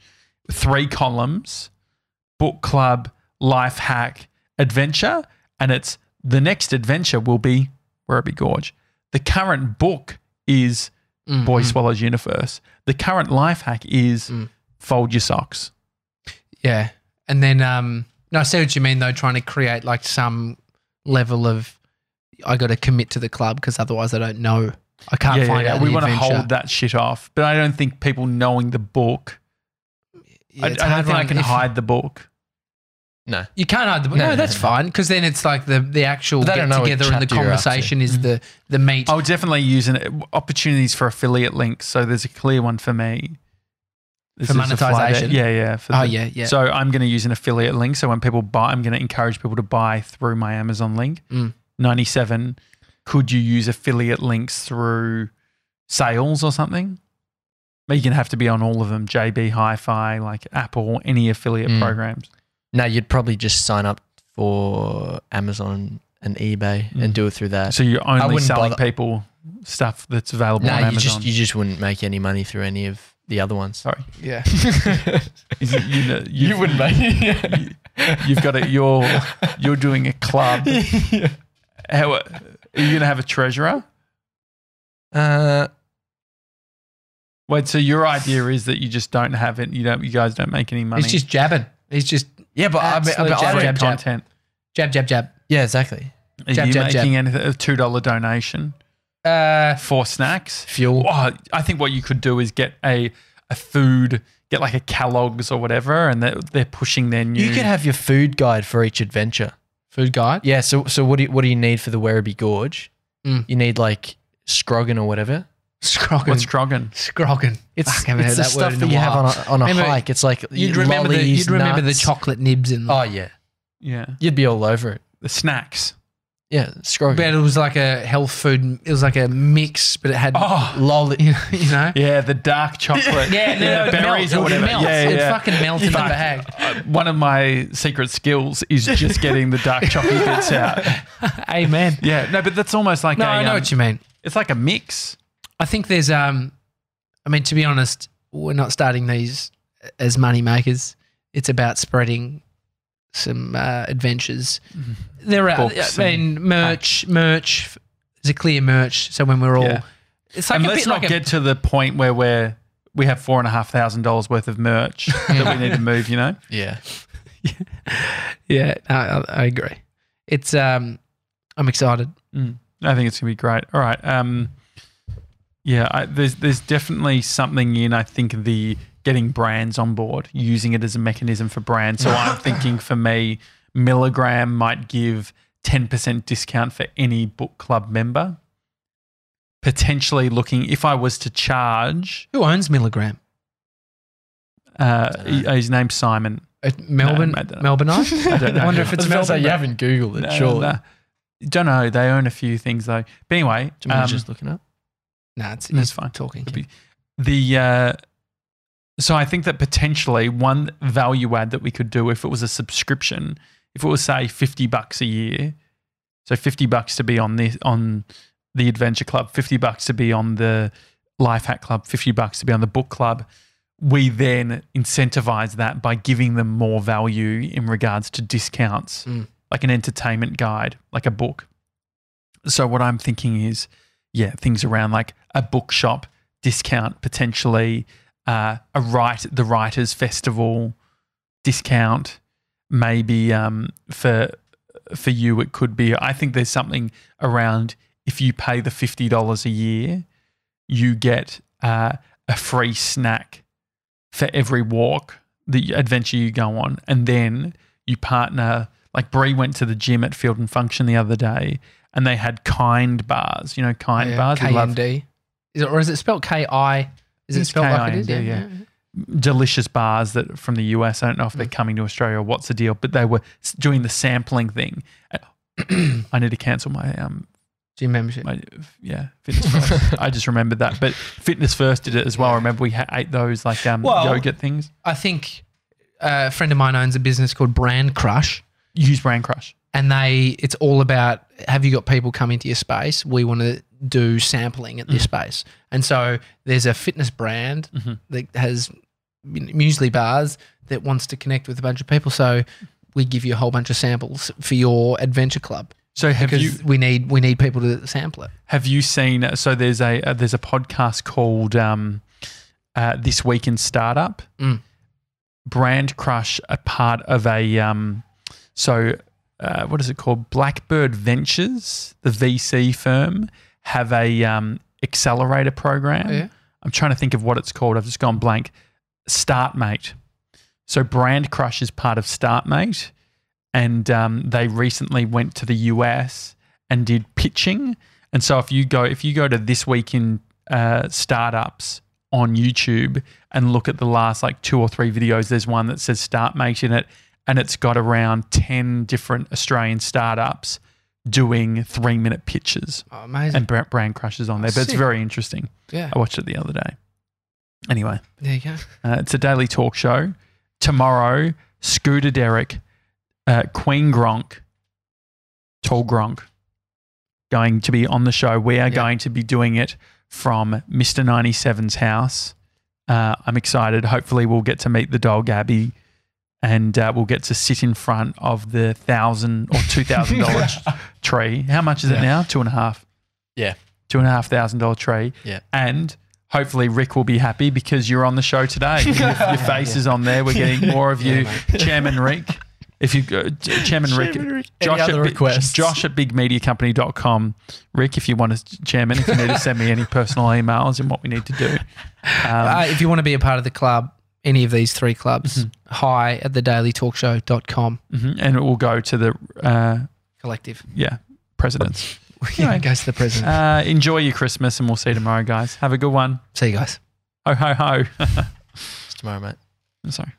[SPEAKER 1] three columns book club, life hack, adventure. And it's the next adventure will be Werribee Gorge. The current book is
[SPEAKER 2] Mm-hmm. Mm.
[SPEAKER 1] Boy Swallows Universe. The
[SPEAKER 2] Mm.
[SPEAKER 1] current life hack is Fold Your Socks.
[SPEAKER 2] Yeah. And then um No, I see what you mean though. Trying to create like some level of, I got to commit to the club because otherwise I don't know. I can't
[SPEAKER 1] yeah,
[SPEAKER 2] find
[SPEAKER 1] yeah,
[SPEAKER 2] out.
[SPEAKER 1] yeah. We
[SPEAKER 2] the
[SPEAKER 1] want to
[SPEAKER 2] adventure.
[SPEAKER 1] hold that shit off, but I don't think people knowing the book.
[SPEAKER 2] Yeah,
[SPEAKER 1] I, I
[SPEAKER 2] it's a
[SPEAKER 1] don't
[SPEAKER 2] hard
[SPEAKER 1] think I
[SPEAKER 2] one.
[SPEAKER 1] can
[SPEAKER 2] If-
[SPEAKER 1] hide the book.
[SPEAKER 3] No.
[SPEAKER 2] You can't hide the book.
[SPEAKER 3] No,
[SPEAKER 2] No,
[SPEAKER 3] no,
[SPEAKER 2] that's
[SPEAKER 3] no.
[SPEAKER 2] fine because then it's like the the actual
[SPEAKER 3] But they
[SPEAKER 2] get
[SPEAKER 3] don't know what
[SPEAKER 2] together and the
[SPEAKER 3] chapter you're up to.
[SPEAKER 2] conversation is the the meat.
[SPEAKER 1] I would definitely use an, opportunities for affiliate links. So there's a clear one for me. This
[SPEAKER 2] For
[SPEAKER 1] is a fly
[SPEAKER 2] monetization?
[SPEAKER 1] there. Yeah, yeah. for
[SPEAKER 2] Oh,
[SPEAKER 1] the-
[SPEAKER 2] yeah, yeah.
[SPEAKER 1] So I'm going to use an affiliate link. So when people buy, I'm going to encourage people to buy through my Amazon link.
[SPEAKER 2] Mm.
[SPEAKER 1] 97. Could you use affiliate links through sales or something? But you can have to be on all of them: JB Hi-Fi, like Apple, any affiliate
[SPEAKER 3] Mm.
[SPEAKER 1] programs.
[SPEAKER 3] No, you'd probably just sign up for Amazon and eBay
[SPEAKER 1] Mm.
[SPEAKER 3] and do it through that.
[SPEAKER 1] So you're only
[SPEAKER 3] wouldn't
[SPEAKER 1] selling
[SPEAKER 3] bother-
[SPEAKER 1] people stuff that's available
[SPEAKER 3] no,
[SPEAKER 1] on
[SPEAKER 3] you
[SPEAKER 1] Amazon.
[SPEAKER 3] just you just wouldn't make any money through any of the other ones.
[SPEAKER 1] Sorry,
[SPEAKER 2] yeah.
[SPEAKER 1] Is it- you, know,
[SPEAKER 3] you,
[SPEAKER 1] you've-
[SPEAKER 3] wouldn't make.
[SPEAKER 1] You've got it. You're you're doing a club. How, are you going to have a treasurer?
[SPEAKER 3] uh,
[SPEAKER 1] Wait, so your idea is that you just don't have it. You don't. You guys don't make any money.
[SPEAKER 2] He's just jabbing. He's just
[SPEAKER 3] yeah, but I, mean,
[SPEAKER 2] Absolute
[SPEAKER 3] but
[SPEAKER 1] Great
[SPEAKER 3] I don't-
[SPEAKER 2] jab, jab.
[SPEAKER 1] content.
[SPEAKER 2] jab jab jab.
[SPEAKER 3] yeah, exactly.
[SPEAKER 1] Are
[SPEAKER 2] Jab,
[SPEAKER 1] you
[SPEAKER 2] jab,
[SPEAKER 1] making anything? A two dollar donation
[SPEAKER 2] Uh,
[SPEAKER 1] for snacks.
[SPEAKER 3] Fuel.
[SPEAKER 1] Oh, I think what you could do is get a a food. Get like a Kellogg's or whatever, and they're, they're pushing their new.
[SPEAKER 3] You
[SPEAKER 2] Hmm.
[SPEAKER 3] could have your food guide for each adventure.
[SPEAKER 2] food guide.
[SPEAKER 3] Yeah. So so what do you, what do you need for the Werribee Gorge?
[SPEAKER 2] Mm.
[SPEAKER 3] You need like scroggin or whatever.
[SPEAKER 2] Scroggin.
[SPEAKER 1] what's Krogan?
[SPEAKER 2] Scroggin.
[SPEAKER 3] It's,
[SPEAKER 2] Fuck, I haven't heard
[SPEAKER 3] it's the
[SPEAKER 2] that word
[SPEAKER 3] stuff
[SPEAKER 2] in
[SPEAKER 3] that
[SPEAKER 2] a
[SPEAKER 3] you have on a, on a
[SPEAKER 2] Remember-
[SPEAKER 3] lollies, nut. it's like
[SPEAKER 2] You'd remember the you'd remember the chocolate nibs and
[SPEAKER 3] Oh yeah,
[SPEAKER 1] Yeah,
[SPEAKER 3] you'd be all over it.
[SPEAKER 1] the snacks.
[SPEAKER 3] Yeah, scroggin.
[SPEAKER 2] but it was like a health food. It was like a mix, but it had
[SPEAKER 1] Oh,
[SPEAKER 3] lolly.
[SPEAKER 2] you know. You know?
[SPEAKER 1] yeah, the dark chocolate.
[SPEAKER 2] Yeah, no, no, it
[SPEAKER 1] berries
[SPEAKER 2] melts.
[SPEAKER 1] or
[SPEAKER 2] It
[SPEAKER 1] whatever.
[SPEAKER 2] melts.
[SPEAKER 1] Yeah, yeah,
[SPEAKER 2] It
[SPEAKER 1] yeah.
[SPEAKER 2] fucking melts in the
[SPEAKER 1] Fuck.
[SPEAKER 2] bag.
[SPEAKER 1] Uh, one of my secret skills is just getting the dark chocolate bits out.
[SPEAKER 2] Amen.
[SPEAKER 1] Yeah, no, but that's almost like
[SPEAKER 2] No,
[SPEAKER 1] a,
[SPEAKER 2] I know
[SPEAKER 1] um,
[SPEAKER 2] what you mean.
[SPEAKER 1] it's like a mix.
[SPEAKER 2] I think there's um I mean to be honest, we're not starting these as money makers. It's about spreading some uh, adventures. There are
[SPEAKER 1] Books
[SPEAKER 2] I mean merch, merch there's a clear merch. So when we're all
[SPEAKER 1] Yeah.
[SPEAKER 2] it's like
[SPEAKER 1] and
[SPEAKER 2] a
[SPEAKER 1] let's
[SPEAKER 2] bit
[SPEAKER 1] not
[SPEAKER 2] like
[SPEAKER 1] get to the point where we're we have four and a half thousand dollars worth of merch that we need to move. You know,
[SPEAKER 3] Yeah.
[SPEAKER 2] a, Yeah, no, I, I agree. It's um I'm excited.
[SPEAKER 1] Mm. I think it's gonna be great. All right, um, yeah, I, there's there's definitely something in I think the getting brands on board, using it as a mechanism for brands. So I'm thinking for me, Milligram might give ten percent discount for any book club member. Potentially looking if I was to charge,
[SPEAKER 2] Who owns Milligram?
[SPEAKER 1] uh, his name's Simon.
[SPEAKER 2] At Melbourne
[SPEAKER 1] I don't know.
[SPEAKER 2] Melbourneite?
[SPEAKER 1] I don't know.
[SPEAKER 2] I wonder if it's
[SPEAKER 3] I was about to say,
[SPEAKER 2] Melbourne.
[SPEAKER 3] you haven't Googled it,
[SPEAKER 1] No,
[SPEAKER 3] surely.
[SPEAKER 1] no. uh, Don't know. They own a few things though. But anyway,
[SPEAKER 3] Do you mind
[SPEAKER 1] um,
[SPEAKER 3] just looking up?
[SPEAKER 2] no, it's,
[SPEAKER 1] That's
[SPEAKER 2] he's
[SPEAKER 1] fine.
[SPEAKER 2] talking.
[SPEAKER 1] It'd be- the uh, so I think that potentially one value add that we could do if it was a subscription, if it was say fifty bucks a year, so fifty bucks to be on this on the Adventure Club, fifty bucks to be on the Life Hack Club, fifty bucks to be on the Book Club. We then incentivize that by giving them more value in regards to discounts,
[SPEAKER 2] Mm.
[SPEAKER 1] like an entertainment guide, like a book. So what I'm thinking is, yeah, things around like a bookshop discount potentially, uh, a write the writers festival discount, maybe um, for for you it could be. I think there's something around if you pay the fifty dollars a year, you get uh, a free snack for every walk, the adventure you go on, and then you partner. Like Bree went to the gym at Field and Function the other day, and they had kind bars. You know,
[SPEAKER 2] Oh,
[SPEAKER 1] kind bars. We love
[SPEAKER 2] KMD. Is it or is it spelled K I? Is it
[SPEAKER 1] It's
[SPEAKER 2] spelled like it is?
[SPEAKER 1] KIND, yeah. delicious bars that from the US. I don't know if
[SPEAKER 2] Mm.
[SPEAKER 1] they're coming to Australia or what's the deal, but they were s- doing the sampling thing. I need to cancel my um
[SPEAKER 2] Gym membership.
[SPEAKER 1] my yeah fitness first. I just remembered that, but fitness first did it as well. I remember we ha- ate those like um
[SPEAKER 2] Well-
[SPEAKER 1] yogurt things.
[SPEAKER 2] I think uh, a friend of mine owns a business called Brand Crush,
[SPEAKER 1] Use Brand Crush.
[SPEAKER 2] and they it's all about have you got people come into your space? We want to do sampling at this
[SPEAKER 1] Mm.
[SPEAKER 2] space, and so there's a fitness brand
[SPEAKER 1] Mhm.
[SPEAKER 2] that has muesli bars that wants to connect with a bunch of people. So we give you a whole bunch of samples for your adventure club
[SPEAKER 1] So have
[SPEAKER 2] because
[SPEAKER 1] you
[SPEAKER 2] we need we need people to sample it.
[SPEAKER 1] have you seen? So there's a uh, there's a podcast called um, uh, This Week in Startup.
[SPEAKER 2] Mm.
[SPEAKER 1] Brand Crush, a part of a um, So, uh, what is it called? Blackbird Ventures, the VC firm, have a um, accelerator program.
[SPEAKER 2] Oh, Yeah.
[SPEAKER 1] I'm trying to think of what it's called. I've just gone blank. Startmate. So Brand Crush is part of Startmate, and um, they recently went to the US and did pitching. And so if you go if you go to this week in uh, startups on YouTube and look at the last like two or three videos, there's one that says Startmate in it, and it's got around ten different Australian startups doing three minute pitches
[SPEAKER 2] Oh, amazing.
[SPEAKER 1] and Brand Brand Crush is on there. But it's
[SPEAKER 2] Sick.
[SPEAKER 1] very interesting.
[SPEAKER 2] yeah.
[SPEAKER 1] I watched it the other day. Anyway.
[SPEAKER 2] There you go.
[SPEAKER 1] Uh, it's a daily talk show. Tomorrow, Scooter Derek, uh, Queen Gronk, Tall Gronk, going to be on the show. We are
[SPEAKER 2] Yeah.
[SPEAKER 1] going to be doing it from Mr. 97's house. Uh, I'm excited. Hopefully, we'll get to meet the dog, Abby, and uh, we'll get to sit in front of the thousand or two thousand dollar tree. How much is it
[SPEAKER 3] Yeah.
[SPEAKER 1] now? Two and a half.
[SPEAKER 3] Yeah.
[SPEAKER 1] Two and a half thousand dollar tree.
[SPEAKER 3] Yeah.
[SPEAKER 1] And hopefully Rick will be happy because you're on the show today. your, your face is on there. We're getting more of you, Chairman Rick. If you go, Ch- Chairman Rick,
[SPEAKER 3] Chairman Rick. Any
[SPEAKER 1] Josh,
[SPEAKER 3] other
[SPEAKER 1] at, Bi-
[SPEAKER 3] requests?
[SPEAKER 1] Josh at bigmediacompany.com. Rick, if you want to, Chairman, if you need to send me any personal emails and what we need to do. Um,
[SPEAKER 2] uh, if you want to be a part of the club, any of these three clubs,
[SPEAKER 1] Mm-hmm.
[SPEAKER 2] hi at thedailytalkshow.com
[SPEAKER 1] mhm, and it will go to the, uh,
[SPEAKER 2] collective.
[SPEAKER 1] yeah, presidents.
[SPEAKER 2] Yeah, it goes to the president.
[SPEAKER 1] Uh, enjoy your Christmas and we'll see you tomorrow, guys. Have a good one.
[SPEAKER 2] See you guys.
[SPEAKER 1] Ho, ho, ho.
[SPEAKER 3] It's tomorrow, mate.
[SPEAKER 1] I'm sorry.